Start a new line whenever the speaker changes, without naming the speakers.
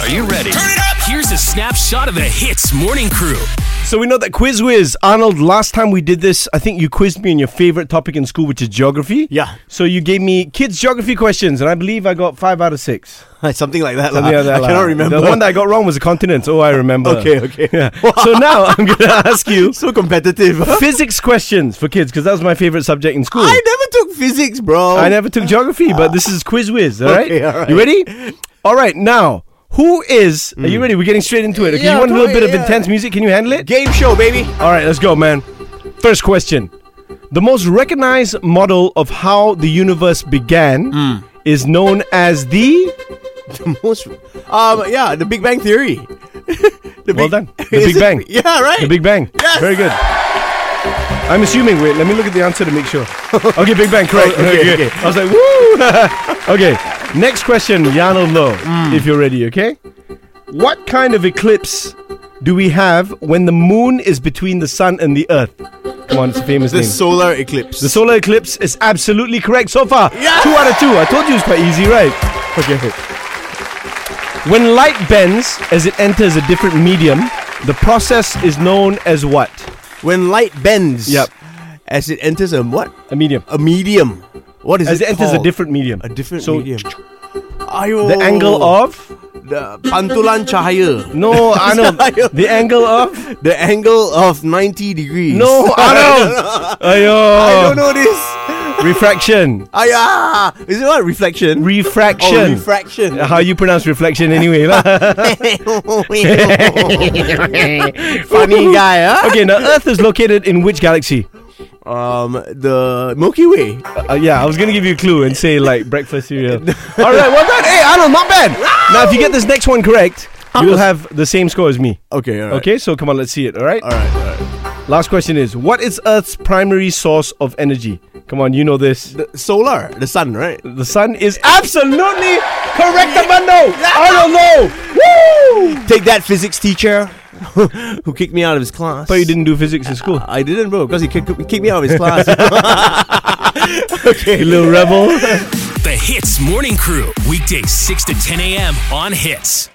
Are you ready? Turn it up! Here's a snapshot of the Hits Morning Crew.
So we know that quiz whiz, Arnold. Last time we did this, I think you quizzed me on your favorite topic in school, which is geography.
Yeah.
So you gave me kids geography questions, and I believe I got five out of six.
Something like that.
Something
like,
like that,
I
like-
cannot remember.
The one that I got wrong was the continents. Oh, I remember.
okay, okay.
Yeah. so now I'm going to ask you
so competitive.
physics questions for kids because that was my favorite subject in school.
I never took physics, bro.
I never took geography, but this is quiz whiz. All right,
Okay, all right.
you ready? All right, now who is? Are you ready? We're getting straight into it. Okay,
Hmm. Yeah,
you want a little
totally,
bit of
yeah.
intense music? Can you handle it?
Game show, baby.
All right, let's go, man. First question: The most recognized model of how the universe began
Hmm.
is known as the.
Most, um, yeah, the Big Bang Theory. the
Well
big,
done. The
Is
Big
it-
Bang.
Yeah, right.
The Big Bang.
Yes.
Very good. I'm assuming. Wait, let me look at the answer to make sure. Okay, Big Bang, correct.
Oh, okay,
Okay,
okay.
I was like, woo! okay, next question, Yano Low,
Hmm.
if you're ready, okay? What kind of eclipse do we have when the moon is between the sun and the earth? Come on, it's a famous
the
name.
solar eclipse.
the solar eclipse is absolutely correct so far.
Yeah.
Two out of two. I told you it's quite easy, right?
okay.
When light bends as it enters a different medium, the process is known as what?
When light bends.
Yep.
As it enters a what?
A medium.
A medium. What Uh, is
As
it
it enters a
called?
different medium.
A different
so
medium. Oh. Ayo.
The angle of?
the pantulan cahaya.
No, Arnold. the angle of?
The angle of 90 degrees.
No, Arnold. Ayo.
I don't know this.
Refraction.
Aya. Is it what? Reflection?
Refraction.
Oh, refraction.
How you pronounce reflection anyway? lah.
Funny guy, huh?
okay, now Earth is located in which galaxy?
Um, the Milky Way.
Uh, yeah, I was gonna give you a clue and say like breakfast cereal. All right, well done. Hey, Arnold, not bad. Now, if you get this next one correct, you will have the same score as me.
Okay, all right.
Okay, so come on, let's see it. All right.
All right, all right.
Last question is: What is Earth's primary source of energy? Come on, you know this.
The solar, the sun, right?
The sun is absolutely correct, Amando. Arnold, no. Woo!
Take that physics teacher who kicked me out of his class.
But you didn't do physics in school.
I didn't, bro, because he kicked, kicked me out of his class. okay.
You little rebel.
The Hits Morning Crew. Weekdays 6 to 10 a.m. on Hits.